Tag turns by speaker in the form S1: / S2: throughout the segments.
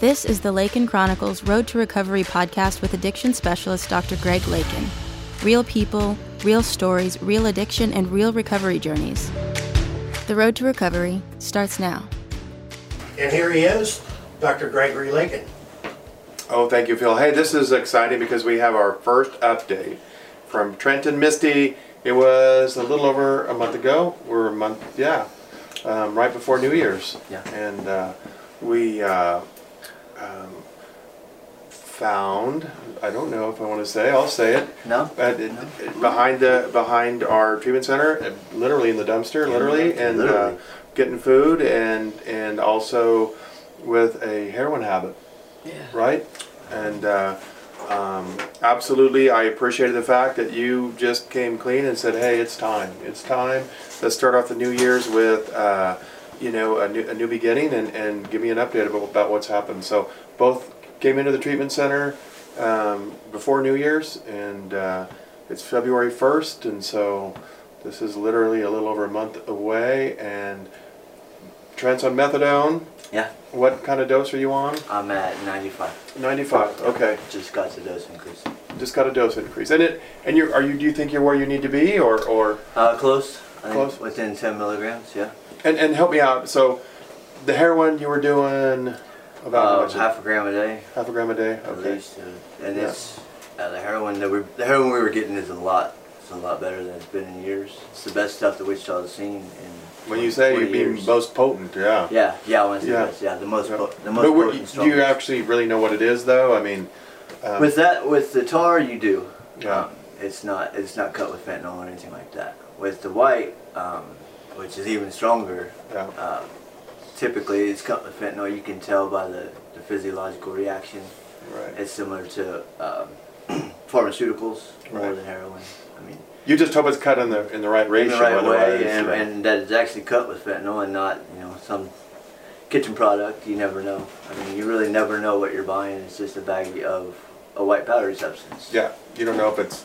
S1: This is the Lakin Chronicles Road to Recovery podcast with addiction specialist Dr. Greg Lakin. Real people, real stories, real addiction, and real recovery journeys. The road to recovery starts now.
S2: And here he is, Dr. Gregory Lakin.
S3: Oh, thank you, Phil. Hey, this is exciting because we have our first update from Trenton Misty. It was a little over a month ago. We're a month, yeah, um, right before New Year's.
S4: Yeah.
S3: And uh, we uh, um, found. I don't know if I want to say. I'll say it.
S4: No?
S3: Uh, it- it- Behind the behind our treatment center, uh, literally in the dumpster, literally, and Uh,
S4: Literally.
S3: getting food, and and also with a heroin habit
S4: Yeah.
S3: right? And uh, um, absolutely, I appreciated the fact that you just came clean and said, "Hey, it's time. It's time. Let's start off the new year's with, uh, you know, a new, a new beginning and, and give me an update about, about what's happened." So both came into the treatment center um, before New Year's, and uh, it's February first, and so this is literally a little over a month away, and. Trent's on methadone.
S4: Yeah.
S3: What kind of dose are you on?
S4: I'm at 95.
S3: 95. Okay.
S4: Just got the dose increase.
S3: just got a dose increase. And it and you are you do you think you're where you need to be or or
S4: Uh, close. I think
S3: Close.
S4: Within 10 milligrams, yeah.
S3: and and help me out. So the heroin you were doing about how
S4: Uh,
S3: much?
S4: half a gram a day,
S3: half a gram a day.
S4: at
S3: Okay.
S4: least. uh, And
S3: Yeah.
S4: it's uh, the heroin that we the heroin we were getting is a lot. It's a lot better than it's been in years. It's the best stuff that Wichita has seen. In
S3: When you say
S4: 20
S3: you mean
S4: years.
S3: most potent, yeah.
S4: Yeah, yeah, when I say
S3: Yeah.
S4: best, yeah, the most,
S3: Yeah.
S4: po- the most
S3: But what,
S4: potent
S3: do you
S4: strongest.
S3: actually really know what it is though? I mean, um,
S4: With that, with the tar, you do.
S3: Yeah.
S4: Um, it's not it's not cut with fentanyl or anything like that. With the white, um, which is even stronger,
S3: Yeah.
S4: um, typically it's cut with fentanyl. You can tell by the, the physiological reaction.
S3: right.
S4: It's similar to um, pharmaceuticals more
S3: Right.
S4: than heroin. I mean,
S3: You just hope it's cut in the in the right
S4: in
S3: ratio.
S4: the right
S3: otherwise,
S4: way, and,
S3: yeah.
S4: and that it's actually cut with fentanyl and not you know some kitchen product. You never know. I mean, you really never know what you're buying. It's just a baggie of a white powdery substance.
S3: yeah, you don't know if it's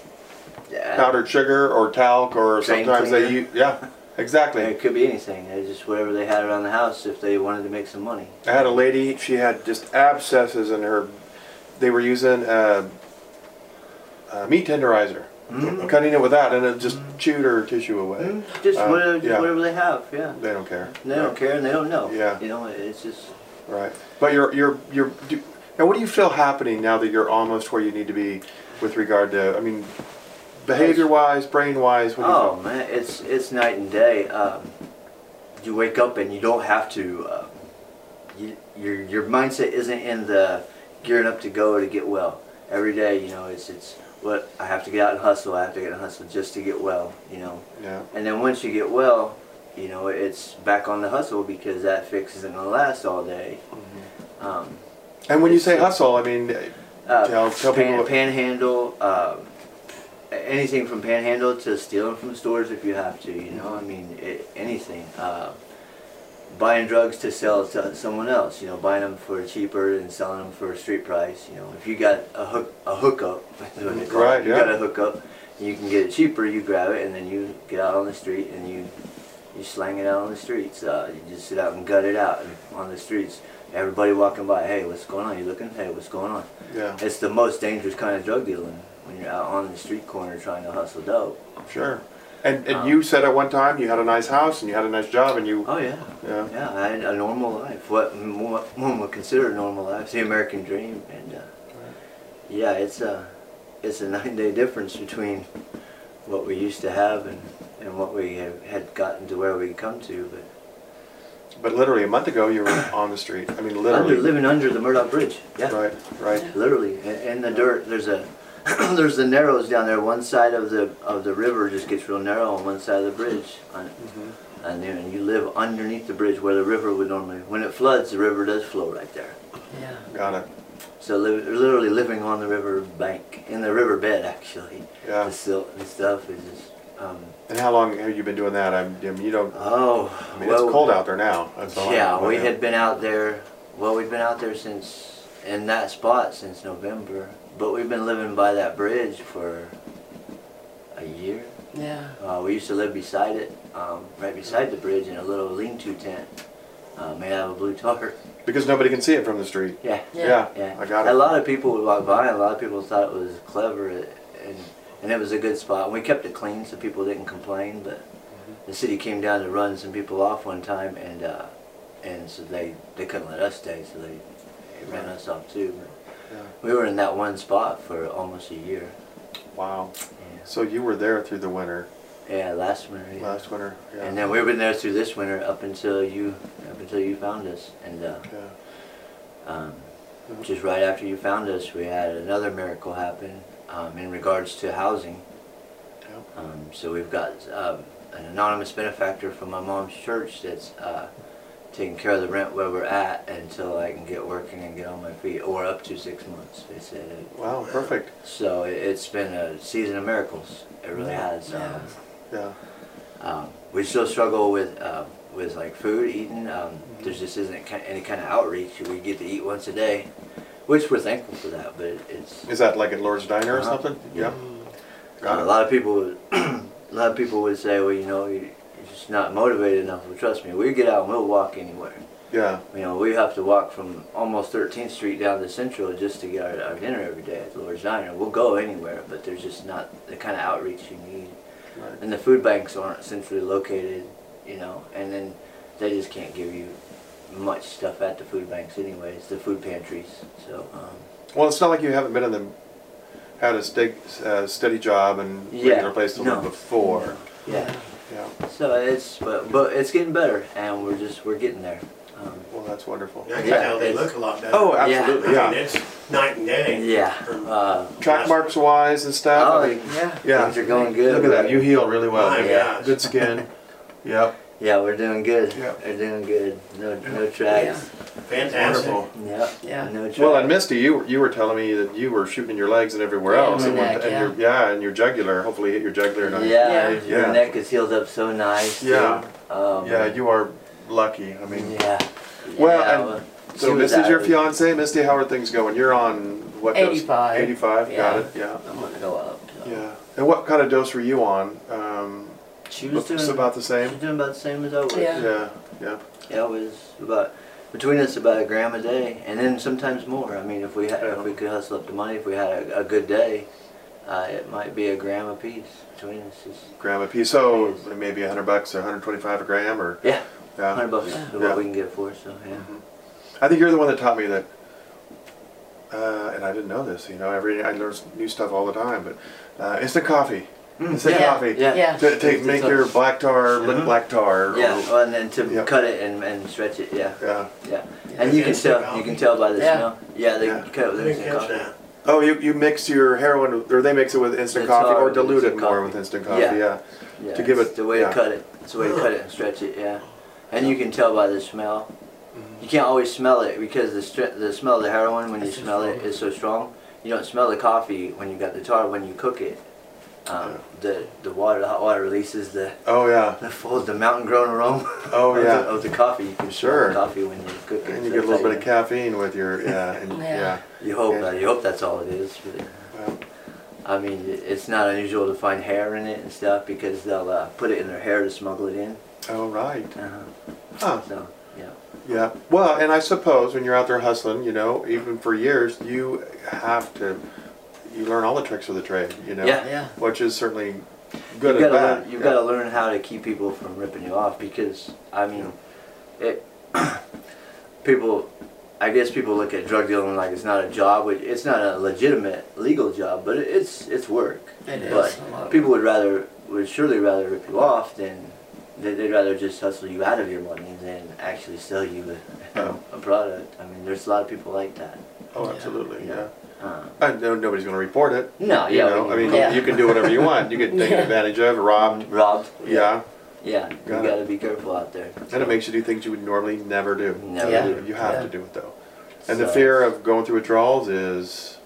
S4: Yeah.
S3: powdered sugar or talc or
S4: Drain
S3: sometimes they
S4: cleaner.
S3: use yeah, exactly.
S4: It could be anything. It just whatever they had around the house if they wanted to make some money.
S3: I had a lady. She had just abscesses in her. They were using uh, a meat tenderizer,
S4: Mm.
S3: cutting it with that, and it just chewed her tissue away.
S4: Just,
S3: Uh,
S4: whatever, just
S3: yeah.
S4: whatever they have, yeah.
S3: They don't care.
S4: Mm. They don't care and they don't know.
S3: Yeah.
S4: You know, it's just
S3: Right. But you're you're you're. Do, now, what do you feel happening now that you're almost where you need to be, with regard to? I mean, behavior-wise, brain-wise. What do you
S4: oh man, it's it's night and day. Um, you wake up and you don't have to. Um, you, your your mindset isn't in the gearing up to go to get well. Every day, you know, it's it's what I have to get out and hustle. I have to get out and hustle just to get well. You know.
S3: feel? Yeah.
S4: And then once you get well, you know, it's back on the hustle because that fix isn't going to last all day.
S3: Mm-hmm.
S4: Um,
S3: And when you say
S4: It's-
S3: hustle, I mean,
S4: uh,
S3: Tell- tell
S4: pan-
S3: people what-
S4: panhandle, um, a- anything from panhandle to stealing from stores if you have to, you know, I mean, it, anything. Uh, buying drugs to sell to someone else, you know, buying them for cheaper and selling them for a street price, you know, if you got a hook, a hookup, is what they call it.
S3: Right,
S4: you
S3: yeah.
S4: got a hookup, you can get it cheaper, you grab it, and then you get out on the street and you you slang it out on the streets. Uh, you just sit out and gut it out on the streets. Everybody walking by, hey, what's going on? You looking? Hey, what's going on?
S3: yeah,
S4: It's the most dangerous kind of drug dealing when you're out on the street corner trying to hustle dope.
S3: sure. And
S4: Um.
S3: and you said at one time you had a nice house and you had a nice job and you
S4: Oh yeah,
S3: yeah.
S4: yeah. I had a normal life. What m- what one would consider a normal life, the American dream, and uh, yeah, it's a it's a nine day difference between what we used to have and and what we have, had gotten to where we come to, but.
S3: But literally a month ago, you were on the street. I mean,
S4: Under,
S3: literally.
S4: living under the Murdoch Bridge. Yeah.
S3: Right, right.
S4: Literally, in, in the dirt. There's a there's the narrows down there. One side of the of the river just gets real narrow on one side of the bridge, on,
S3: Mm-hmm.
S4: and then and you live underneath the bridge where the river would normally. When it floods, the river does flow right there. Yeah.
S3: Got it.
S4: So li- literally living on the river bank in the river bed actually.
S3: Yeah.
S4: The silt and stuff is just. Um,
S3: And how long have you been doing that? I mean, you don't.
S4: oh.
S3: I mean,
S4: well,
S3: it's cold out there now. That's all I
S4: Yeah,
S3: know.
S4: we had been out there. Well, we've been out there since in that spot since November, but we've been living by that bridge for a year.
S5: Yeah.
S4: Uh, we used to live beside it, um, right beside the bridge in a little lean-to tent, uh, made out of a blue tarp.
S3: because nobody can see it from the street.
S4: Yeah.
S3: Yeah,
S4: Yeah.
S3: I got
S4: A
S3: it.
S4: lot of people would walk by, and a lot of people thought it was clever, and and it was a good spot. We kept it clean, so people didn't complain. But
S3: Mm-hmm.
S4: the city came down to run some people off one time, and uh, and so they they couldn't let us stay, so they, they ran us off too. But
S3: Yeah.
S4: we were in that one spot for almost a year.
S3: Wow.
S4: Yeah.
S3: So you were there through the winter,
S4: Yeah, last winter. Yeah.
S3: last winter. Yeah.
S4: And then we've been there through this winter up until you up until you found us, and uh,
S3: yeah.
S4: um, just right after you found us, we had another miracle happen um, in regards to housing.
S3: Yep.
S4: Um, so we've got um, an anonymous benefactor from my mom's church that's uh, taking care of the rent where we're at until I can get working and get on my feet, or up to six months. They said.
S3: Wow. Perfect.
S4: So it, it's been a season of miracles. It really has. Um,
S3: Yeah.
S4: um, we still struggle with uh, with like food eating. Um, there just isn't ki- any kind of outreach. We get to eat once a day, which we're thankful for that. But it's
S3: Is that like at Lord's Diner or
S4: Uh-huh.
S3: something? Yeah. Got
S4: a
S3: it.
S4: lot of people. would- a lot of people would say, well, you know, you- you're just not motivated enough. Well, trust me, we get out and we'll walk anywhere.
S3: Yeah.
S4: You know, we have to walk from almost 13th Street down to Central just to get our, our dinner every day at the Lord's Diner. We'll go anywhere, but there's just not the kind of outreach you need.
S3: Right.
S4: and the food banks aren't centrally located, you know, and then they just can't give you much stuff at the food banks anyways, the food pantries. So, um,
S3: Well, it's not like you haven't been in the had a steady, uh, steady job and
S4: Yeah.
S3: regular place to
S4: No.
S3: live before.
S4: yeah.
S3: Yeah.
S4: So it's but but it's getting better, and we're just we're getting there. Um,
S3: Well, that's wonderful.
S2: I can
S4: Yeah,
S2: tell they
S4: it's-
S2: look a lot better.
S3: Oh,
S4: Yeah.
S3: absolutely.
S2: I
S3: Yeah.
S2: mean, it's night and day.
S4: yeah.
S2: from
S4: Uh,
S3: Track
S2: last-
S3: marks wise and stuff.
S4: oh
S3: I mean,
S4: yeah.
S3: yeah.
S4: Things are going good.
S3: Look at that. You heal really well.
S2: My
S4: Yeah.
S2: gosh.
S3: Good skin. yep.
S4: Yeah, we're doing good.
S3: Yeah.
S4: We're doing good. No no tracks.
S2: Fantastic.
S3: Wonderful.
S4: Yeah.
S5: Yeah.
S4: No tracks.
S3: Well, and Misty, you you were telling me that you were shooting your legs and everywhere
S5: Yeah,
S3: else,
S5: my
S3: and,
S5: neck,
S3: and
S5: yeah.
S3: your yeah, and your jugular. Hopefully, hit your jugular.
S4: yeah,
S3: Not,
S5: Yeah.
S4: your
S3: Yeah.
S4: neck is healed up so nice. too.
S3: Yeah.
S4: Um,
S3: yeah, you are lucky. I mean,
S4: Yeah.
S3: Well,
S4: yeah,
S3: and
S4: she
S3: so
S4: was
S3: Misty's your
S4: out.
S3: fiance. Misty, how are things going? You're on what? dose?
S5: 85.
S3: Eighty-five.
S5: Yeah.
S3: Got it. Yeah.
S4: I'm gonna go up. so.
S3: Yeah. And what kind of dose were you on? Um,
S4: She was
S3: looks
S4: doing
S3: about the
S4: She was
S3: same.
S4: doing about the same as I was.
S5: Yeah.
S3: Yeah. Yeah.
S4: Yeah, it was about between us about a gram a day, and then sometimes more. I mean, if we had, if we could hustle up the money, if we had a, a good day, uh, it might be a gram a piece between us. It's,
S3: Gram a piece. So maybe a hundred bucks or hundred twenty-five a gram, or
S4: yeah,
S3: yeah.
S4: hundred bucks is
S3: Yeah. Mm-hmm.
S4: what we can get for. So yeah.
S3: I think you're the one that taught me that, uh, and I didn't know this. You know, every I learn new stuff all the time. But uh, instant coffee, instant
S5: yeah,
S3: Mm-hmm. coffee.
S4: Mm. yeah.
S5: Yeah.
S3: To, to make your black tar, lit black tar. or-
S4: Yeah, well, and then to
S3: Yeah.
S4: cut it and, and stretch it, yeah,
S3: yeah.
S4: yeah, and you can
S2: Instant
S4: tell you
S2: coffee.
S4: can tell by the
S5: Yeah.
S4: smell. Yeah, they
S3: Yeah.
S4: cut it
S2: I
S4: with
S2: didn't
S4: instant
S2: catch
S4: coffee.
S2: that.
S3: Oh, you, you mix your heroin, with- or they mix it with instant
S4: It's
S3: coffee,
S4: all
S3: or
S4: with
S3: dilute it
S4: instant
S3: more
S4: coffee.
S3: with instant coffee. Yeah.
S4: Yeah.
S3: To give
S4: it's
S3: it-
S4: the way
S3: yeah.
S4: to cut it. It's the way to cut it and stretch it. Yeah, and you can tell by the smell.
S3: Mm-hmm.
S4: You can't always smell it because the str- the smell of the heroin when you
S5: It's so
S4: smell it
S5: strong.
S4: is so strong. You don't smell the coffee when you got the tar when you cook it. Um, The the water the hot water releases the
S3: Oh yeah.
S4: the full the mountain grown aroma.
S3: Oh,
S4: of
S3: yeah.
S4: The, of the coffee you can smell
S3: Sure.
S4: the coffee when you cook it.
S3: And you
S4: So
S3: get a little bit
S4: that's
S3: of
S4: how
S3: caffeine with your yeah. And,
S5: Yeah.
S3: yeah.
S4: you- You hope
S3: Yeah.
S4: that you hope that's all it is. But,
S3: Well,
S4: I mean, it- it's not unusual to find hair in it and stuff because they'll uh, put it in their hair to smuggle it in.
S3: all right.
S4: Uh-huh.
S3: Huh.
S4: So yeah.
S3: Yeah. Well, and I suppose when you're out there hustling, you know, even for years, you have to, you learn all the tricks of the trade, you know?
S4: Yeah.
S5: Yeah.
S3: Which is certainly good
S4: you've
S3: and
S4: gotta
S3: bad.
S4: learn, you've
S3: yeah.
S4: got to learn how to keep people from ripping you off because I mean, it people. I guess people look at drug dealing like it's not a job. which- It's not a legitimate legal job, but it- it's it's work.
S5: It
S4: but
S5: is a lot.
S4: people would rather would surely rather rip you off than they- they'd rather just hustle you out of your money than actually sell you a,
S3: Oh.
S4: a product. I mean, there's a lot of people like that.
S3: Oh,
S5: Yeah.
S3: absolutely. Yeah.
S4: Yeah.
S5: Uh-huh.
S4: Uh,
S3: I know nobody's going to report it.
S4: No,
S3: You
S4: yeah,
S3: know,
S4: we-
S3: I mean,
S5: Yeah.
S3: you can do whatever you want. You get taken
S5: Yeah.
S3: advantage of, robbed.
S4: robbed.
S3: Yeah.
S4: Yeah, you
S3: Got it.
S4: got to be careful out there.
S3: And it makes you do things you would normally never do.
S4: Never
S5: Yeah.
S4: do.
S3: You have
S5: Yeah.
S3: to do it, though. And the
S4: So-
S3: fear of going through withdrawals is,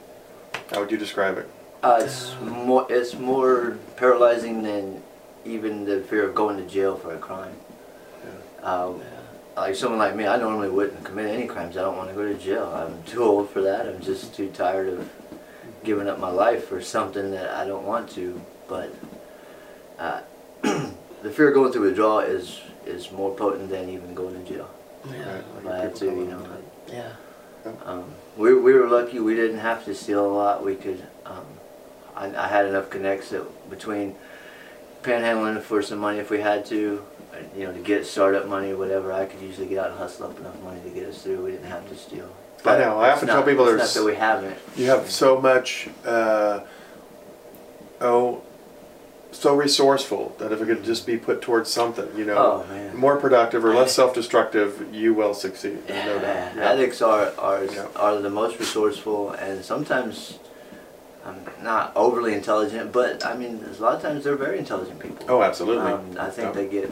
S3: how would you describe it?
S4: Uh, it's more it's more paralyzing than even the fear of going to jail for a crime. Um, like someone like me, I normally wouldn't commit any crimes. I don't want to go to jail. I'm too old for that. I'm just too tired of giving up my life for something that I don't want to. But uh, the fear of going through withdrawal is is more potent than even going to jail.
S3: Right, like
S4: Glad
S3: people
S4: to,
S3: come
S4: you
S3: in.
S4: know.
S5: Yeah.
S4: Um, we, we were lucky we didn't have to steal a lot. We could, um, I, I had enough connects that between panhandling for some money if we had to, uh, you know, to get startup money, whatever, I could usually get out and hustle up enough money to get us through. We didn't have to steal.
S3: I know. I
S4: it's
S3: often tell
S4: not-
S3: people
S4: it's
S3: there's-
S4: not that we haven't.
S3: You have so much, uh, oh, so resourceful that if it could just be put towards something, you know,
S4: Oh, man.
S3: more productive or less self-destructive, you will succeed. There's no doubt. Yeah.
S4: Addicts are are,
S3: Yeah.
S4: are the most resourceful and sometimes um, not overly intelligent, but I mean, there's a lot of times they're very intelligent people.
S3: Oh, absolutely.
S4: Um, I think
S3: Yeah.
S4: they get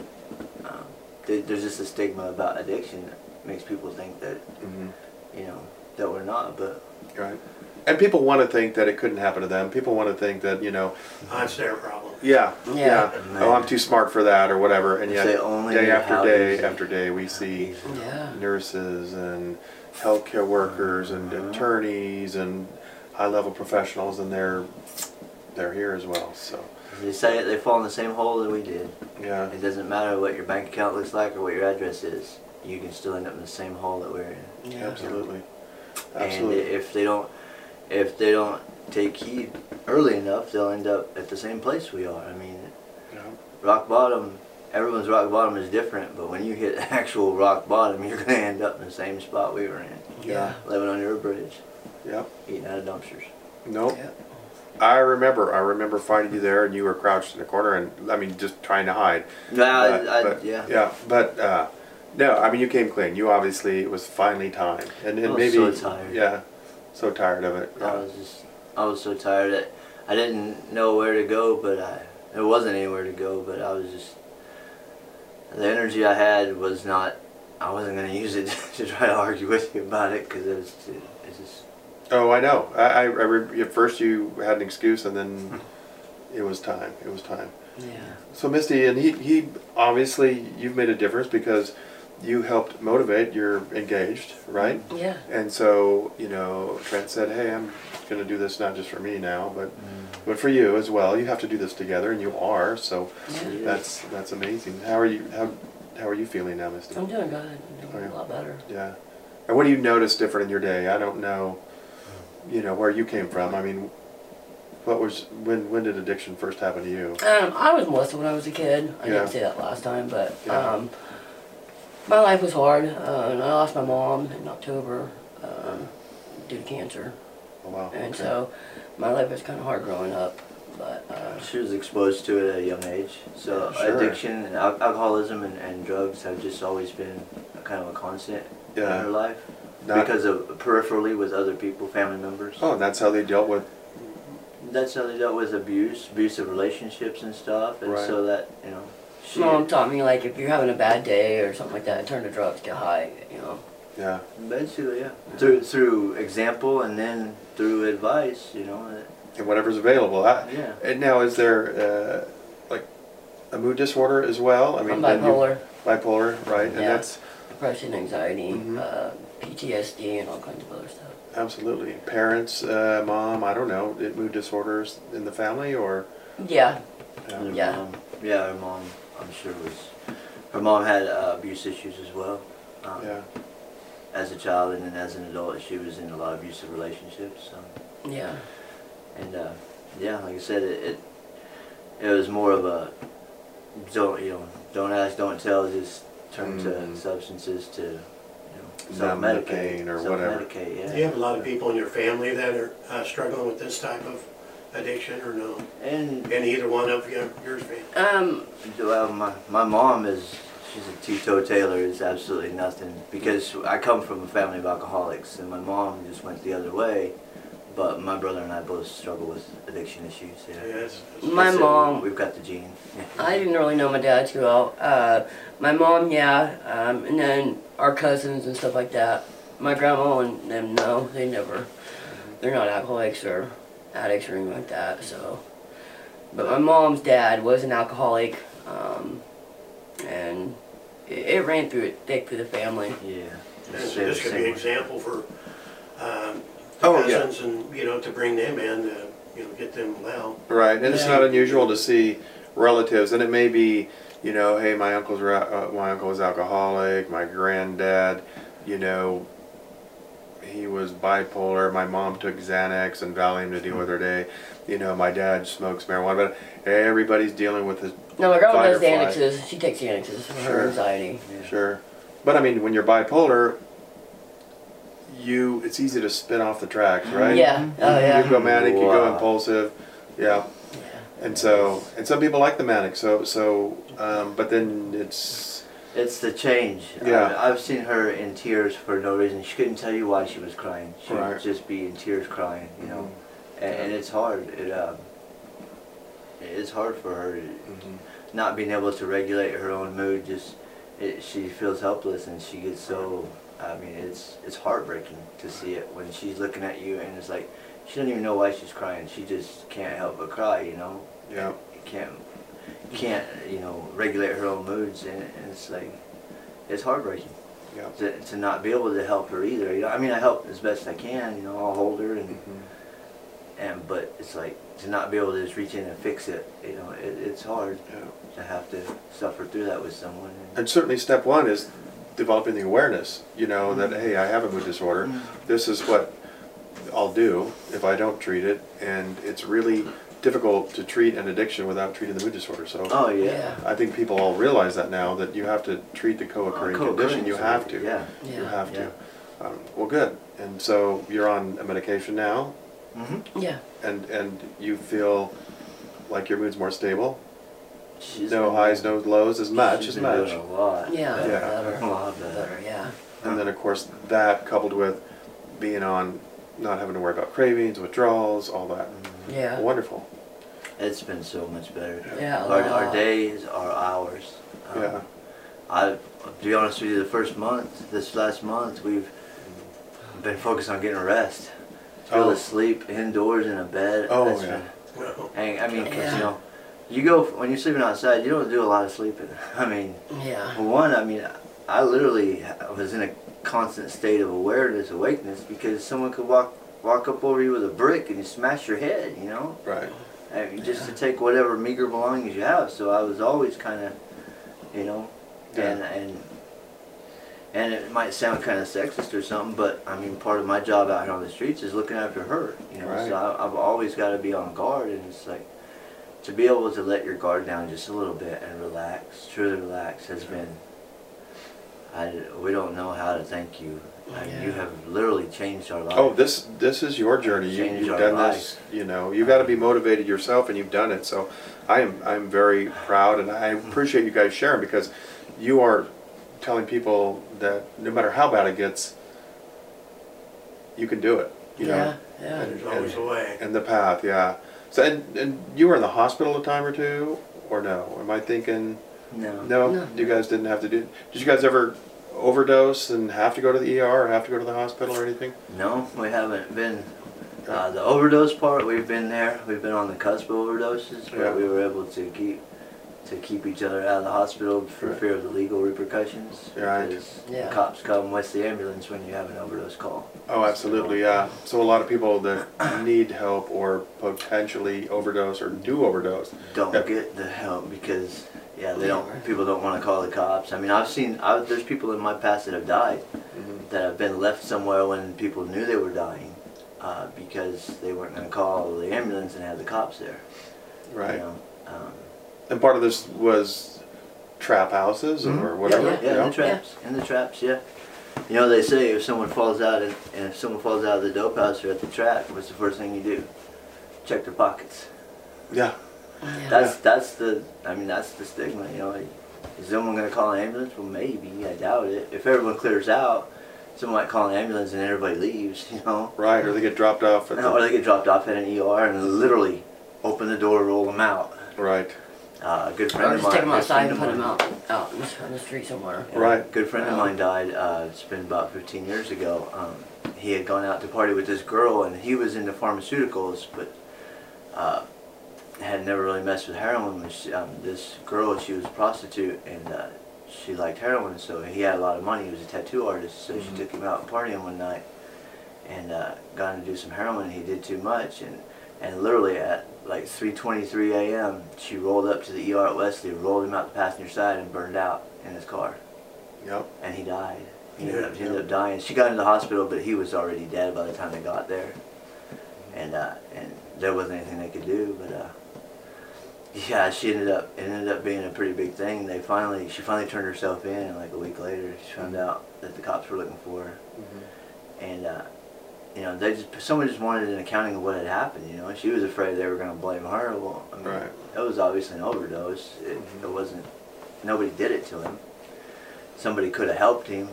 S4: um, there- there's just a stigma about addiction that makes people think that
S3: Mhm.
S4: you know that we're not, but
S3: Right. And people want to think that it couldn't happen to them. People want to think that, you know,
S2: That's their problem.
S3: yeah, yeah,
S4: Man.
S3: oh, I'm too smart for that or whatever. And
S4: If
S3: yet,
S4: they only
S3: day
S4: knew
S3: after
S4: how
S3: day
S4: easy-
S3: after day, we see
S5: Yeah.
S3: nurses and healthcare workers and
S4: Uh-huh.
S3: attorneys and high-level professionals, and they're they're here as well. So
S4: they say they fall in the same hole that we did.
S3: yeah,
S4: It doesn't matter what your bank account looks like or what your address is, you can still end up in the same hole that we're in.
S5: Yeah.
S3: absolutely,
S4: And
S3: absolutely.
S4: if they don't, if they don't take heed early enough, they'll end up at the same place we are. I mean,
S3: Yeah.
S4: rock bottom. Everyone's rock bottom is different, but when you hit actual rock bottom, you're gonna end up in the same spot we were in.
S3: Yeah.
S4: living under a bridge,
S3: Yep.
S4: eating out of dumpsters.
S3: Nope.
S5: Yeah.
S3: I remember. I remember finding you there, and you were crouched in the corner, and I mean, just trying to hide.
S4: No,
S3: But-
S4: I, I,
S3: but-
S4: yeah.
S3: Yeah, but uh, no, I mean, you came clean. You obviously it was finally time, and, and
S4: I was
S3: maybe
S4: so tired.
S3: yeah, so tired of it.
S4: I was just, I was so tired that I didn't know where to go, but I, there wasn't anywhere to go, but I was just, the energy I had was not, I wasn't gonna use it to try to argue with you about it, cause it was, it's just,
S3: Oh, I know. I, I, I re- at first you had an excuse, and then it was time. It was time.
S5: Yeah.
S3: So Misty, and he, he obviously you've made a difference because you helped motivate. You're engaged, right?
S5: Yeah.
S3: And so you know, Trent said, "Hey, I'm going to do this not just for me now, but but for you as well. You have to do this together, and you are. So
S5: Yeah.
S3: that's that's amazing. How are you? How how are you feeling now, Misty?
S5: I'm doing good. I'm
S3: Oh,
S5: doing
S3: yeah.
S5: a lot better.
S3: Yeah. And what do you notice different in your day? I don't know, you know, where you came from. I mean, what was, when, when did addiction first happen to you?
S5: Um, I was molested when I was a kid. I
S3: Yeah.
S5: didn't say that last time, but
S3: Yeah.
S5: um, my life was hard. Uh, and I lost my mom in October um, due to cancer,
S3: Oh, wow.
S5: and
S3: okay.
S5: so my life was kind of hard growing up. But uh,
S4: she was exposed to it at a young age. So
S3: Sure.
S4: addiction and al- alcoholism and, and drugs have just always been kind of a constant
S3: Yeah.
S4: in her life.
S3: Not-
S4: because of peripherally with other people, family members.
S3: Oh, and that's how they dealt with,
S4: That's how they dealt with abuse, abusive relationships and stuff, and
S3: Right.
S4: so that you know. She,
S5: mom taught me like if you're having a bad day or something like that, turn to drugs, get high. You know.
S3: yeah.
S4: Basically, yeah. Through through example and then through advice, you know. that-
S3: And whatever's available. I,
S4: Yeah.
S3: And now, is there, uh, like, a mood disorder as well? I
S5: I'm
S3: then you-
S5: bipolar,
S3: bipolar, right? And
S5: Yeah.
S3: that's
S5: depression, anxiety,
S3: Mhm.
S5: uh, PTSD, and all kinds of other stuff.
S3: absolutely. Parents, uh, mom, I don't know, did mood disorders in the family or?
S5: Yeah.
S4: and her
S5: Yeah.
S4: Mom, yeah. Her mom, I'm sure was. Her mom had uh, abuse issues as well. Um,
S3: Yeah.
S4: As a child and then as an adult, she was in a lot of abusive relationships. So.
S5: Yeah.
S4: And uh, yeah, like I said, it, it it was more of a don't you know don't ask, don't tell. Just turn
S3: Mm.
S4: to substances to you know
S3: Numb the
S4: self-medicate,
S3: pain or whatever.
S4: self-medicate, Yeah.
S2: Do you have a lot of people in your family that are uh, struggling with this type of addiction or no?
S4: And
S2: In either one of your, your family?
S5: Um,
S4: well, my my mom is she's a Tito Taylor. It's absolutely nothing because I come from a family of alcoholics, and my mom just went the other way. But my brother and I both struggle with addiction issues. Yeah.
S2: Yes.
S5: My
S4: So
S5: mom-
S4: We've got the gene.
S5: I didn't really know my dad too well. Uh, my mom, yeah, um, and then our cousins and stuff like that. My grandma and them, no, they never. They're not alcoholics or addicts or anything like that. So, but my mom's dad was an alcoholic, um, and it, it ran through it thick through the family.
S4: Yeah.
S2: And so this could be an
S4: Same way.
S2: example for um,
S3: Oh, yeah.
S2: cousins and, you know, to bring them in, to, you know, get them well.
S3: Right, and it's
S5: Yeah.
S3: not unusual to see relatives, and it may be you know, hey, my uncle's ra- uh, my uncle was alcoholic, my granddad, you know, he was bipolar. My mom took Xanax and Valium to deal with her day. You know, my dad smokes marijuana, but everybody's dealing with his
S5: No, my grandma
S3: Fight
S5: does
S3: or flight.
S5: annexes. She takes annexes for
S3: Sure.
S5: her anxiety.
S3: Sure. But I mean, when you're bipolar, you it's easy to spin off the tracks, right?
S5: Yeah. Oh
S3: You
S5: yeah.
S3: go manic, you go
S4: Mm-hmm. Wow.
S3: impulsive, yeah. And so, and some people like the manic. So, so, um, but then it's
S4: It's the change.
S3: Yeah.
S4: I, I've seen her in tears for no reason. She couldn't tell you why she was crying. She
S3: Right.
S4: would just be in tears crying, you know. And, and it's hard. It um, it's hard for her to not being able to regulate her own mood. Just it, she feels helpless and she gets so. I mean, it's it's heartbreaking to see it when she's looking at you and it's like she doesn't even know why she's crying. She just can't help but cry, you know.
S3: yeah.
S4: can't can't you know regulate her own moods and and it's like it's heartbreaking
S3: Yeah.
S4: to, to not be able to help her either you know i mean i help as best i can you know i'll hold her and
S5: Mm-hmm.
S3: Mm-hmm.
S4: and but it's like to not be able to just reach in and fix it you know it, it's hard
S3: yeah.
S4: to have to suffer through that with someone
S3: And certainly, step one is developing the awareness. You know that
S5: Mm-hmm.
S3: hey, I have a mood disorder.
S4: Mm-hmm.
S3: This is what I'll do if I don't treat it, and it's really difficult to treat an addiction without treating the mood disorder. So.
S4: oh yeah,
S5: Yeah.
S3: I think people all realize that now that you have to treat the co-occurring
S4: Oh, Co-occurring,
S3: condition. You
S4: so,
S3: have to.
S4: yeah
S3: You
S5: Yeah.
S3: have to. Um, well, good. And so you're on a medication now, Mm-hmm.
S4: hmm
S5: Yeah.
S3: and and you feel like your mood's more stable.
S4: she's
S3: no
S4: been-
S3: highs, no lows, as much
S4: she's
S3: as
S4: been
S3: much.
S4: doing a lot
S5: Yeah.
S4: better.
S3: Yeah.
S5: Better.
S4: a lot better
S5: Better. Yeah.
S3: And then of course that coupled with being on, not having to worry about cravings, withdrawals, all that.
S5: Yeah.
S3: Wonderful.
S4: It's been so much better.
S5: Yeah, a
S4: Our,
S5: lot.
S4: our days, our hours. Um,
S3: Yeah.
S4: I, to be honest with you, the first month, this last month, we've been focused on getting rest. To be able
S3: Oh.
S4: to sleep indoors in a bed.
S3: Oh,
S4: that's
S3: yeah.
S4: been-
S2: Well,
S4: and, I mean, 'cause,
S5: Yeah.
S4: you know, you go when you're sleeping outside, you don't do a lot of sleeping. I mean,
S5: Yeah.
S4: for one, I mean, I literally was in a constant state of awareness, awakeness, because someone could walk walk up over you with a brick and you smash your head. You know.
S3: Right.
S4: I mean, just to take whatever meager belongings you have. So I was always kind of, you know, and
S3: Yeah.
S4: and and it might sound kind of sexist or something, but I mean, part of my job out here on the streets is looking after her. You know,
S3: Right.
S4: so I, I've always got to be on guard, and it's like to be able to let your guard down just a little bit and relax, truly relax, has been. I we don't know how to thank you. I mean, you
S5: Yeah.
S4: have literally changed our lives.
S3: Oh, this this is your journey. You,
S4: Changed
S3: you've
S4: our
S3: done this. You know, you got to be motivated yourself, and you've done it. So, I am I'm very proud, and I appreciate you guys sharing because you are telling people that no matter how bad it gets, you can do it. You know,
S5: Yeah. Yeah.
S2: there's always a way.
S3: and the path. Yeah. So, and, and you were in the hospital a time or two, or no? Am I thinking? No,
S5: No.
S3: you guys didn't have to do. Did you guys ever overdose and have to go to the ER or have to go to the hospital or anything?
S4: No, we haven't been. Uh, the overdose part, we've been there. We've been on the cusp of overdoses, but
S3: Yeah.
S4: we were able to keep to keep each other out of the hospital for
S3: Right.
S4: fear of the legal repercussions.
S3: Right.
S4: Because
S5: Yeah.
S4: the cops come with the ambulance when you have an overdose call.
S3: Oh, absolutely, yeah. So a lot of people that need help or potentially overdose or do overdose.
S4: Don't
S3: Yeah.
S4: get the help because yeah, they don't. People don't want to call the cops. I mean, I've seen. I, there's people in my past that have died that have been left somewhere when people knew they were dying uh, because they weren't going to call the ambulance and have the cops there.
S3: Right.
S4: You know? um,
S3: And part of this was trap houses or whatever.
S4: Mm-hmm. Yeah, in the traps. In the traps, yeah. You know, they say if someone falls out and, and if someone falls out of the dope house or at the trap, what's the first thing you do? Check their pockets.
S3: Yeah.
S4: That's that's the I mean that's the stigma. You know, like, is someone gonna call an ambulance? Well, maybe. I doubt it. If everyone clears out, someone might call an ambulance and everybody leaves. You know,
S3: Right. Or they get dropped off at
S4: or
S3: the
S4: they get dropped off at an ER and literally open the door, roll them out.
S3: right.
S4: Uh, a good friend
S5: Or
S4: of
S5: just
S4: mine.
S5: take them
S4: good
S5: outside
S4: friend
S5: and
S4: of
S5: put them
S4: mine-
S5: out, out in the- on the street somewhere.
S4: Yeah,
S3: Right.
S4: Good friend of mine died. Uh, it's been about 15 years ago. Um, he had gone out to party with this girl, and he was into pharmaceuticals, but uh, had never really messed with heroin. But she- um, this girl, she was a prostitute, and uh, she liked heroin, so he had a lot of money. He was a tattoo artist, so she took him out partying one night, and uh, got him to do some heroin. He did too much, and And literally at like 3:23 a.m., she rolled up to the ER at Wesley, rolled him out the passenger side, and burned out in his car.
S3: Yep.
S4: And he died. He ended,
S2: Yeah,
S4: up, he ended up dying. She got into the hospital, but he was already dead by the time they got there. And uh, and there wasn't anything they could do. But uh, yeah, she ended up it ended up being a pretty big thing. They finally she finally turned herself in, and like a week later, she found out that the cops were looking for her and uh, you know they just someone just wanted an accounting of what had happened. You know, she was afraid they were going to blame her. Well, I mean,
S3: Right.
S4: it was obviously an overdose. It, it wasn't. Nobody did it to him. Somebody could have helped him,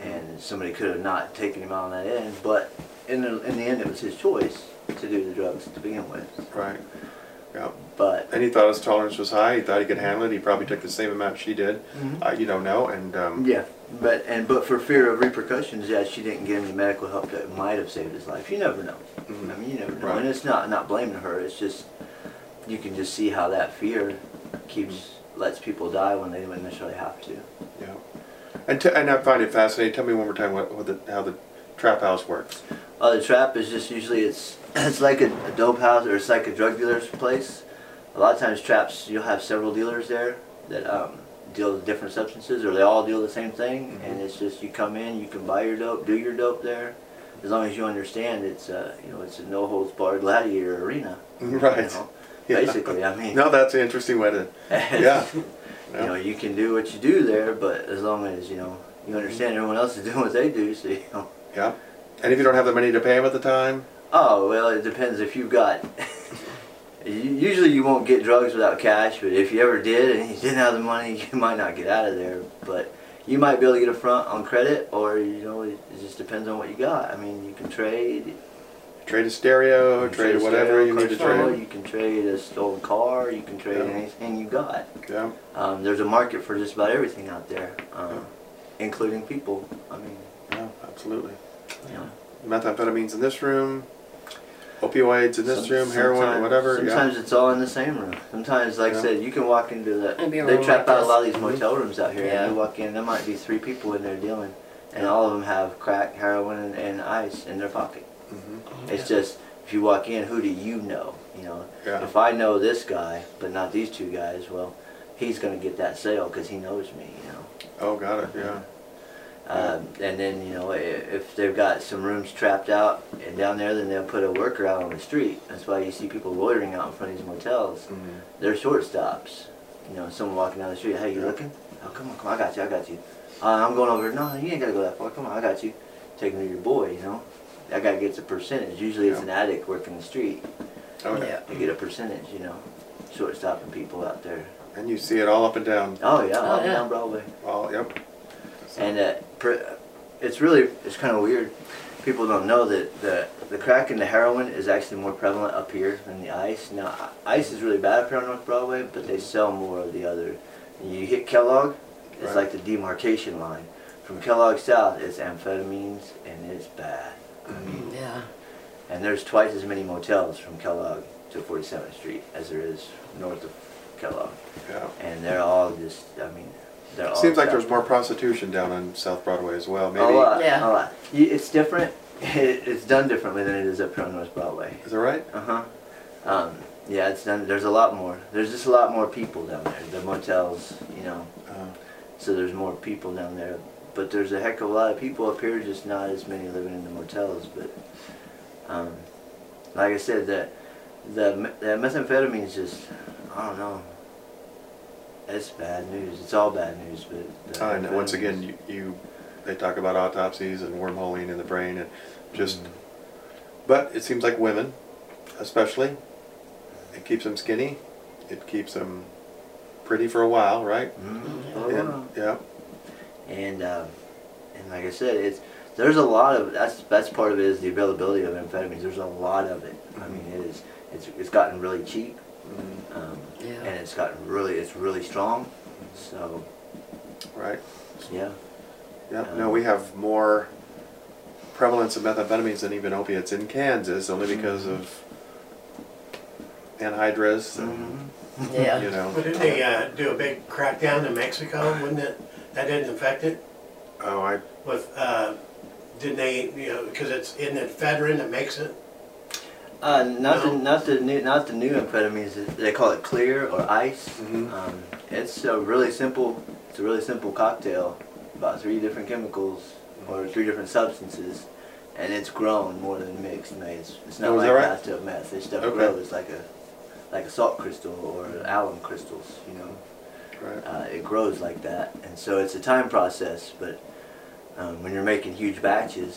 S4: and somebody could have not taken him on that end. But in the, in the end, it was his choice to do the drugs to begin with.
S3: Right. Yep.
S4: But
S3: And he thought his tolerance was high. He thought he could handle it. He probably took the same amount she did. Uh, you don't know. And um,
S4: Mm-hmm. Yeah, but and but for fear of repercussions, yeah, she didn't get him the medical help that might have saved his life. You never know. I mean, you never know.
S3: Right.
S4: And it's not not blaming her. It's just you can just see how that fear keeps lets people die when they wouldn't necessarily have to.
S3: yeah. And, t- and I find it fascinating. Tell me one more time what, what the, how the trap house works.
S4: Uh, the trap is just usually it's it's like a, a dope house or it's like a drug dealer's place. A lot of times traps you'll have several dealers there that um, deal with different substances or they all deal the same thing
S3: Mm-hmm.
S4: and it's just you come in you can buy your dope do your dope there as long as you understand it's uh, you know it's a no holds barred gladiator arena. you
S3: Right.
S4: know,
S3: Yeah.
S4: Basically, I mean.
S3: No, that's an interesting way to. Yeah.
S4: You know, you can do what you do there, but as long as you know you understand
S3: Mm-hmm.
S4: everyone else is doing what they do, so you know.
S3: Yeah. And if you don't have the money to pay him at the time,
S4: Oh well, it depends if you've got. U- Usually you won't get drugs without cash, but if you ever did and you didn't have the money, you might not get out of there. But you might be able to get a front on credit, or you know, it it just depends on what you got. I mean, you can trade, you
S3: trade a stereo,
S4: can
S3: trade
S4: a
S3: whatever
S4: stereo
S3: you need to
S4: console,
S3: trade.
S4: You can trade a stolen car. You can trade
S3: Yeah.
S4: anything you got.
S3: Yeah.
S4: Um, there's a market for just about everything out there, um, including people. I mean,
S3: Yeah, absolutely.
S4: you know.
S3: Methamphetamines in this room, opioids in this
S4: Some-
S3: room, heroin,
S4: sometimes-
S3: whatever.
S4: Sometimes
S3: yeah.
S4: it's all in the same room. Sometimes, like
S3: Yeah.
S4: I said, you can walk into the.
S5: It'd be a
S4: They
S5: room
S4: trap
S5: like
S4: out a lot of
S5: this.
S4: these motel rooms out here.
S5: Yeah.
S4: And you walk in, there might be three people in there dealing, and all of them have crack, heroin, and, and ice in their pocket.
S3: Mm-hmm.
S5: Mm-hmm.
S4: It's just if you walk in, who do you know? You know,
S3: Yeah.
S4: if I know this guy, but not these two guys, well, he's gonna get that sale because he knows me. You know.
S3: Oh, got it. Yeah.
S4: Um, and then you know i- if they've got some rooms trapped out and down there, then they'll put a worker out on the street. That's why you see people loitering out in front of these motels.
S3: Hmm.
S4: They're shortstops. You know, someone walking down the street. Hey, you looking? Oh, come on, come on, I got you, I got you. Uh, I'm going over. No, you ain't gotta go that far. Come on, I got you. Take them to your boy. You know, that guy gets a percentage. Usually, it's
S3: Yeah.
S4: an addict working the street.
S3: Oh, yeah.
S4: They get a percentage. You know, shortstopping people out there.
S3: And you see it all up and down.
S4: Oh yeah,
S5: Oh,
S4: up and
S5: yeah.
S4: down Broadway.
S3: All, yep.
S4: And uh, pr- it's really it's kind of weird. People don't know that the the crack and the heroin is actually more prevalent up here than the ice. Now i- ice is really bad up here on North Broadway, but they sell more of the other. You hit Kellogg, it's
S3: Right.
S4: like the demarcation line. From Kellogg south, it's amphetamines and it's bad. I mean,
S5: Yeah.
S4: and there's twice as many motels from Kellogg to 47th Street as there is north of Kellogg,
S3: Yeah.
S4: and they're all just I mean they're all.
S3: Seems like
S4: trap-
S3: there's more prostitution down on South Broadway as well. Maybe.
S4: Oh, a lot,
S5: Yeah.
S4: a lot. You- It's different. It, it's done differently than it is up here on North Broadway.
S3: Is that right?
S4: Uh huh. Um, yeah, it's done. There's a lot more. There's just a lot more people down there. The motels, you know.
S3: Uh,
S4: So there's more people down there. But there's a heck of a lot of people up here. Just not as many living in the motels. But um, like I said, the the me- the methamphetamine is just I don't know. It's bad news. It's all bad news. But the
S3: Uh, and once
S4: amphetamines-
S3: again, you, you they talk about autopsies and wormholing in the brain and just. But it seems like women, especially, it keeps them skinny. It keeps them pretty for a while, right?
S4: Mhm. Oh,
S3: And-
S4: wow.
S3: Mm-hmm. yeah.
S4: and um, and like I said, it's there's a lot of that's that's part of it is the availability of amphetamines. There's a lot of it. I mean, it is it's it's gotten really cheap,
S3: mm,
S4: um,
S5: Yeah.
S4: and it's gotten really it's really strong. So
S3: Right.
S4: yeah,
S3: Yeah. No, we have more prevalence of methamphetamines than even opiates in Kansas, only because of anhydrous and you
S5: Yeah.
S2: But
S3: know.
S2: didn't they uh, do a big crackdown in Mexico? Wouldn't it, that didn't affect it
S3: Oh, I
S2: with, uh, didn't they, you know, because it's, isn't it Federin that makes it?
S4: Uh,
S2: No?
S4: not the not the new not the new amphetamines. They call it clear or ice.
S3: Mhm.
S4: Um, it's a really simple. It's a really simple cocktail. About three different chemicals or three different substances, and it's grown more than mixed. I mean, it's, it's not
S3: Oh, is
S4: like
S3: that right?
S4: bathtub meth. This stuff
S3: Okay.
S4: grows like a like a salt crystal or alum crystals. You know.
S3: Right.
S4: uh, it grows like that, and so it's a time process. But um, when you're making huge batches,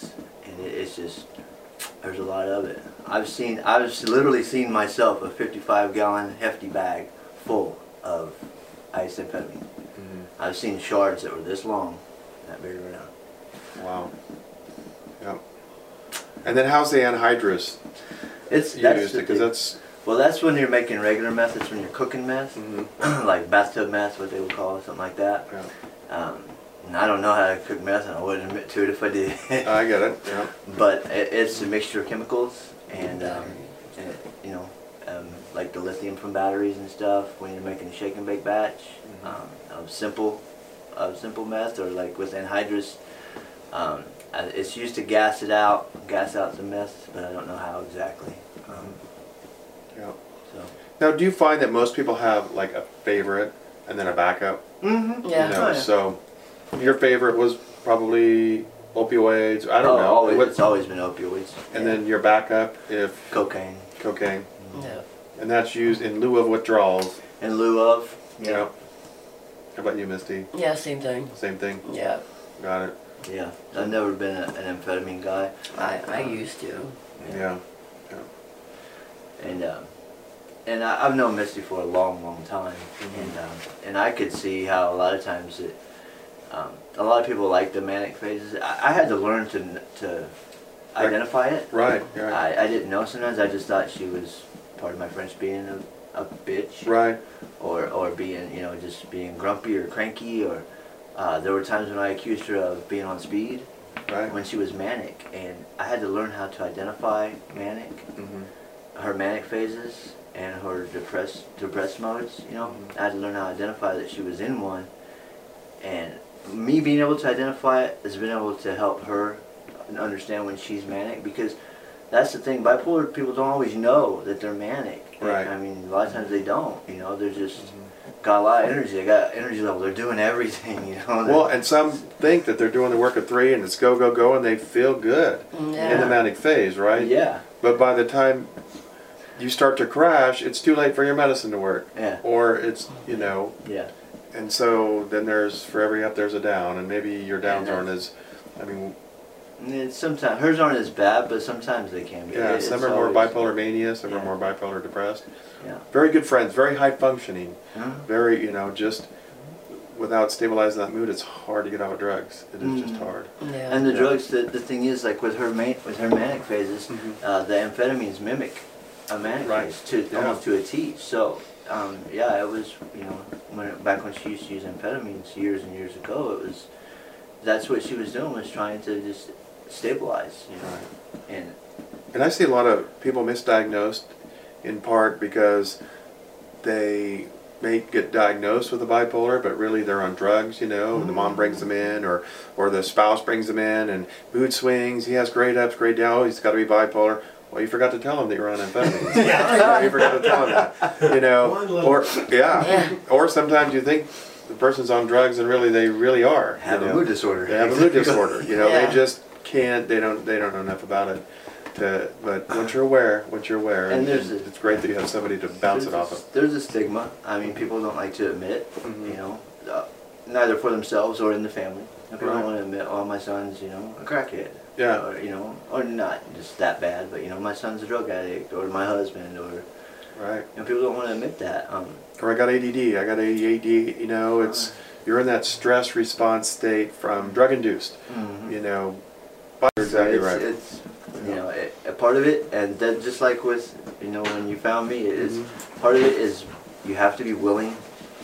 S4: and it, it's just there's a lot of it. I've seen I've s- literally seen myself a 55 gallon hefty bag full of isoamphetamine.
S3: mm-hmm.
S4: I've seen shards that were this long, that big around.
S3: Wow. Yep. And then how's the anhydrous
S4: It's that's
S3: used?
S4: the
S3: Because
S4: thing.
S3: that's
S4: well, that's when you're making regular meth. That's when you're cooking meth,
S3: mhm,
S4: like bathtub meth, what they would call it, something like that.
S3: yeah.
S4: Um, and I don't know how to cook meth, and I wouldn't admit to it if I did.
S3: I get it. Yeah.
S4: but it, it's a mixture of chemicals and, um, and you know um, like the lithium from batteries and stuff when you're making a shake and bake batch um, of simple of simple meth or like with anhydrous um, I- it's used to gas it out gas out the meth but I don't know how exactly um,
S3: Yeah.
S4: so
S3: Now, do you find that most people have like a favorite and then a backup?
S4: mm-hmm.
S5: Yeah.
S3: You know,
S4: Oh, yeah.
S3: So, your favorite was probably opioids. I don't know.
S4: Oh, always,
S3: What-
S4: it's always been opioids
S3: and then your backup, if
S4: cocaine
S3: cocaine,
S5: Yeah.
S3: and that's used in lieu of withdrawals.
S4: in lieu of
S3: Yeah. How about you, Misty?
S5: Yeah, same thing.
S3: Same thing.
S5: Yeah.
S3: Got it.
S4: yeah I've never been a, an amphetamine guy
S5: I, I used to.
S3: Yeah.
S4: and um, and I, I've known Misty for a long, long time,
S3: Mm-hmm.
S4: and um, and I could see how a lot of times it, um, a lot of people like the manic phases. I, I had to learn to n- to
S3: Right.
S4: identify it.
S3: Right. Yeah.
S4: I, I didn't know sometimes. I just thought she was part of my French being a, a bitch,
S3: Right.
S4: or or being you know just being grumpy or cranky or. Uh, there were times when I accused her of being on speed
S3: Right.
S4: when she was manic, and I had to learn how to identify manic
S3: hmm
S4: her manic phases and her depressed depressed modes. You know,
S3: Mm-hmm.
S4: I had to learn how to identify that she was in one, and me being able to identify it has been able to help her and understand when she's manic because that's the thing. Bipolar people don't always know that they're manic.
S3: Right. Mm-hmm.
S4: I mean, a lot of times they don't. You know, they're just got a lot of energy. They got energy level. They're doing everything. You know.
S3: Well, and some think that they're doing the work of three and it's go, go, go, and they feel good in the
S5: Yeah.
S3: manic phase, right?
S4: yeah,
S3: But by the time you start to crash, it's too late for your medicine to work.
S4: yeah,
S3: Or it's, you know,
S4: yeah.
S3: and so then there's, for every up, there's a down, and maybe your downs aren't as, I mean,
S4: And it's sometimes hers aren't as bad, but sometimes they can be.
S3: yeah,
S4: It-
S3: some
S4: it's
S3: are more
S4: always-
S3: bipolar mania, some
S4: Yeah.
S3: are more bipolar depressed.
S4: Yeah.
S3: Very good friends, very high functioning,
S4: Huh?
S3: very, you know, just without stabilizing that mood, it's hard to get off of drugs. It is just
S4: Mm.
S3: hard.
S5: Yeah.
S4: And the
S3: Yeah.
S4: drugs, the, the thing is, like with her man, with her manic phases,
S3: Mhm.
S4: uh, the amphetamines mimic a manic
S3: Right.
S4: phase to
S3: Yeah.
S4: almost to a T. So, um, yeah, it was you know when it, back when she used to use amphetamines years and years ago, it was that's what she was doing was trying to just stabilize, you know,
S3: Right.
S4: and
S3: And I see a lot of people misdiagnosed in part because they may get diagnosed with a bipolar, but really they're on drugs, you know, and the mom brings them
S2: Mm.
S3: in or, or the spouse brings them in and mood swings, he has grade ups, grade downs, he's gotta be bipolar. Well, you forgot to tell him that you're on amphetamines. yeah. You forgot to tell him that, you know,
S2: One little-
S3: or,
S5: Yeah.
S3: yeah. Or sometimes you think the person's on drugs and really they really are. you
S4: have a
S3: know.
S4: mood disorder.
S3: They have a mood disorder. You know,
S5: Yeah.
S3: they just can't. They don't. They don't know enough about it. To, but once you're aware, once you're aware,
S4: And
S3: and,
S4: there's a-
S3: it's great that you have somebody to bounce it
S4: there's
S3: off
S4: a,
S3: of. Mm-hmm.
S4: There's a stigma. I mean, people don't like to admit, you know, uh, neither for themselves or in the family. People
S3: Right.
S4: don't want to admit, oh, my son's, you know, a crackhead.
S3: Yeah.
S4: Or, you know, or not just that bad, but, you know, my son's a drug addict or my husband or, you
S3: Right.
S4: know, people don't want to admit that. Um,
S3: Or I got ADD. I got ADHD. You know, it's you're in that stress response state from drug induced. You know, but Mm-hmm. you're exactly
S4: it's,
S3: right.
S4: It's, you know, it, a part of it, and then just like with, you know, when you found me, it is
S3: Mm-hmm.
S4: part of it is you have to be willing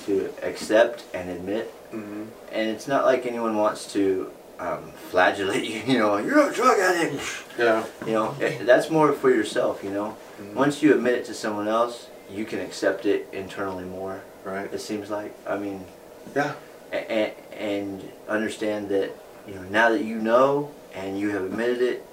S4: to accept and admit
S3: Mhm.
S4: and it's not like anyone wants to um, flagellate you. You know, you're a drug addict.
S3: Yeah.
S4: You know, it, that's more for yourself. You know, once you admit it to someone else, you can accept it internally more.
S3: Right.
S4: It seems like I mean,
S3: Yeah.
S4: and, and understand that you know now that you know and you have admitted it,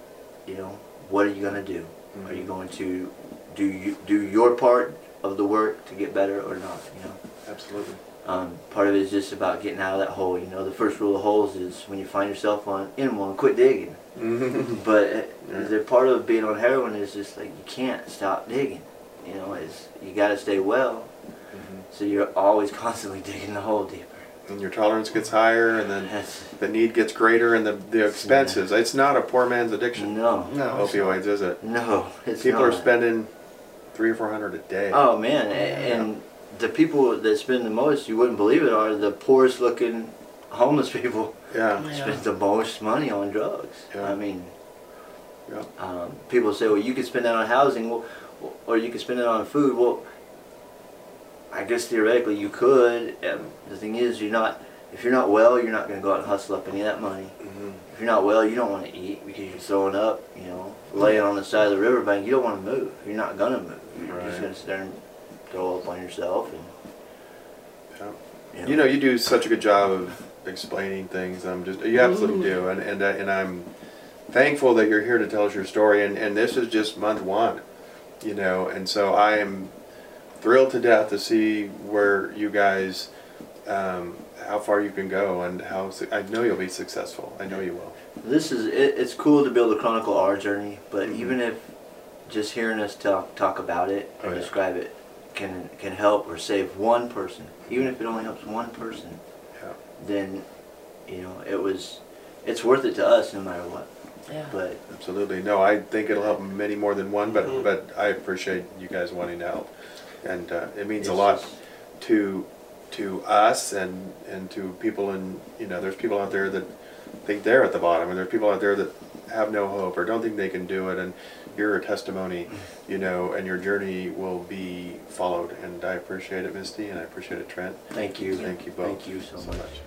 S4: you know, what are you gonna do? Are you going to do you, do your part of the work to get better or not? You know.
S3: Absolutely.
S4: Um, part of it is just about getting out of that hole. You know, the first rule of holes is when you find yourself on in one, quit digging.
S3: Mm-hmm.
S4: But uh,
S3: Yeah.
S4: the part of being on heroin is just like you can't stop digging. You know, it's you got to stay well, so you're always constantly digging the hole deeper.
S3: and your tolerance gets higher, and then
S4: That's
S3: the need gets greater, and the, the expenses. It's not a poor man's addiction.
S4: no,
S5: No.
S3: Opioids, is it?
S4: no. It's
S3: People are
S4: not.
S3: spending three or four hundred a day.
S4: Oh man, a- and the people that spend the most, you wouldn't believe it, are the poorest looking homeless people.
S3: Yeah.
S5: Yeah.
S4: Spend the most money on drugs.
S3: Yeah.
S4: I mean,
S3: Yeah.
S4: um, people say, well, you could spend that on housing, well, or you could spend it on food. Well, I guess theoretically you could. Um, the thing is, you're not. If you're not well, you're not going to go out and hustle up any of that money.
S3: Mhm.
S4: If you're not well, you don't want to eat because you're throwing up. You know, laying on the side of the riverbank, you don't want to move. You're not going to move. You're just
S3: Right.
S4: going to sit there and throw up on yourself.
S3: Yeah.
S4: And
S3: You know, you do such a good job of explaining things. I'm just you absolutely do, and and uh, and I'm thankful that you're here to tell us your story. And and this is just month one, you know, and so I am thrilled to death to see where you guys. Um, how far you can go and how su- I know you'll be successful. I know you will.
S4: this is it, it's cool to be able to chronicle our journey but even if just hearing us talk talk about it
S3: Oh,
S4: or
S3: yeah.
S4: describe it can can help or save one person even if it only helps one person
S3: Yeah.
S4: then you know it was it's worth it to us no matter what
S5: Yeah.
S4: but
S3: Absolutely. No, I think it'll help many more than one, but, but I appreciate you guys wanting to help. And uh, it means a
S4: It's
S3: lot
S4: just-
S3: to, to us and, and to people in, you know, there's people out there that think they're at the bottom and there's people out there that have no hope or don't think they can do it. And your testimony, you know, and your journey will be followed. And I appreciate it, Misty, and I appreciate it, Trent.
S4: thank you
S3: Thank you both.
S4: thank you so, much.
S3: All right.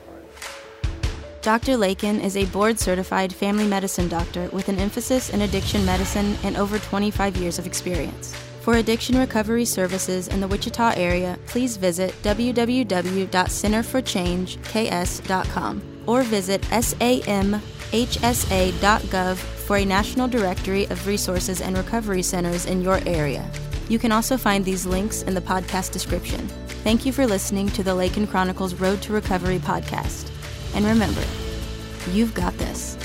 S1: Dr. Lakin is a board certified family medicine doctor with an emphasis in addiction medicine and over 25 years of experience. For addiction recovery services in the Wichita area, please visit www.centerforchangeks.com or visit samhsa.gov for a national directory of resources and recovery centers in your area. You can also find these links in the podcast description. Thank you for listening to the Lakin Chronicles Road to Recovery podcast. And remember, you've got this.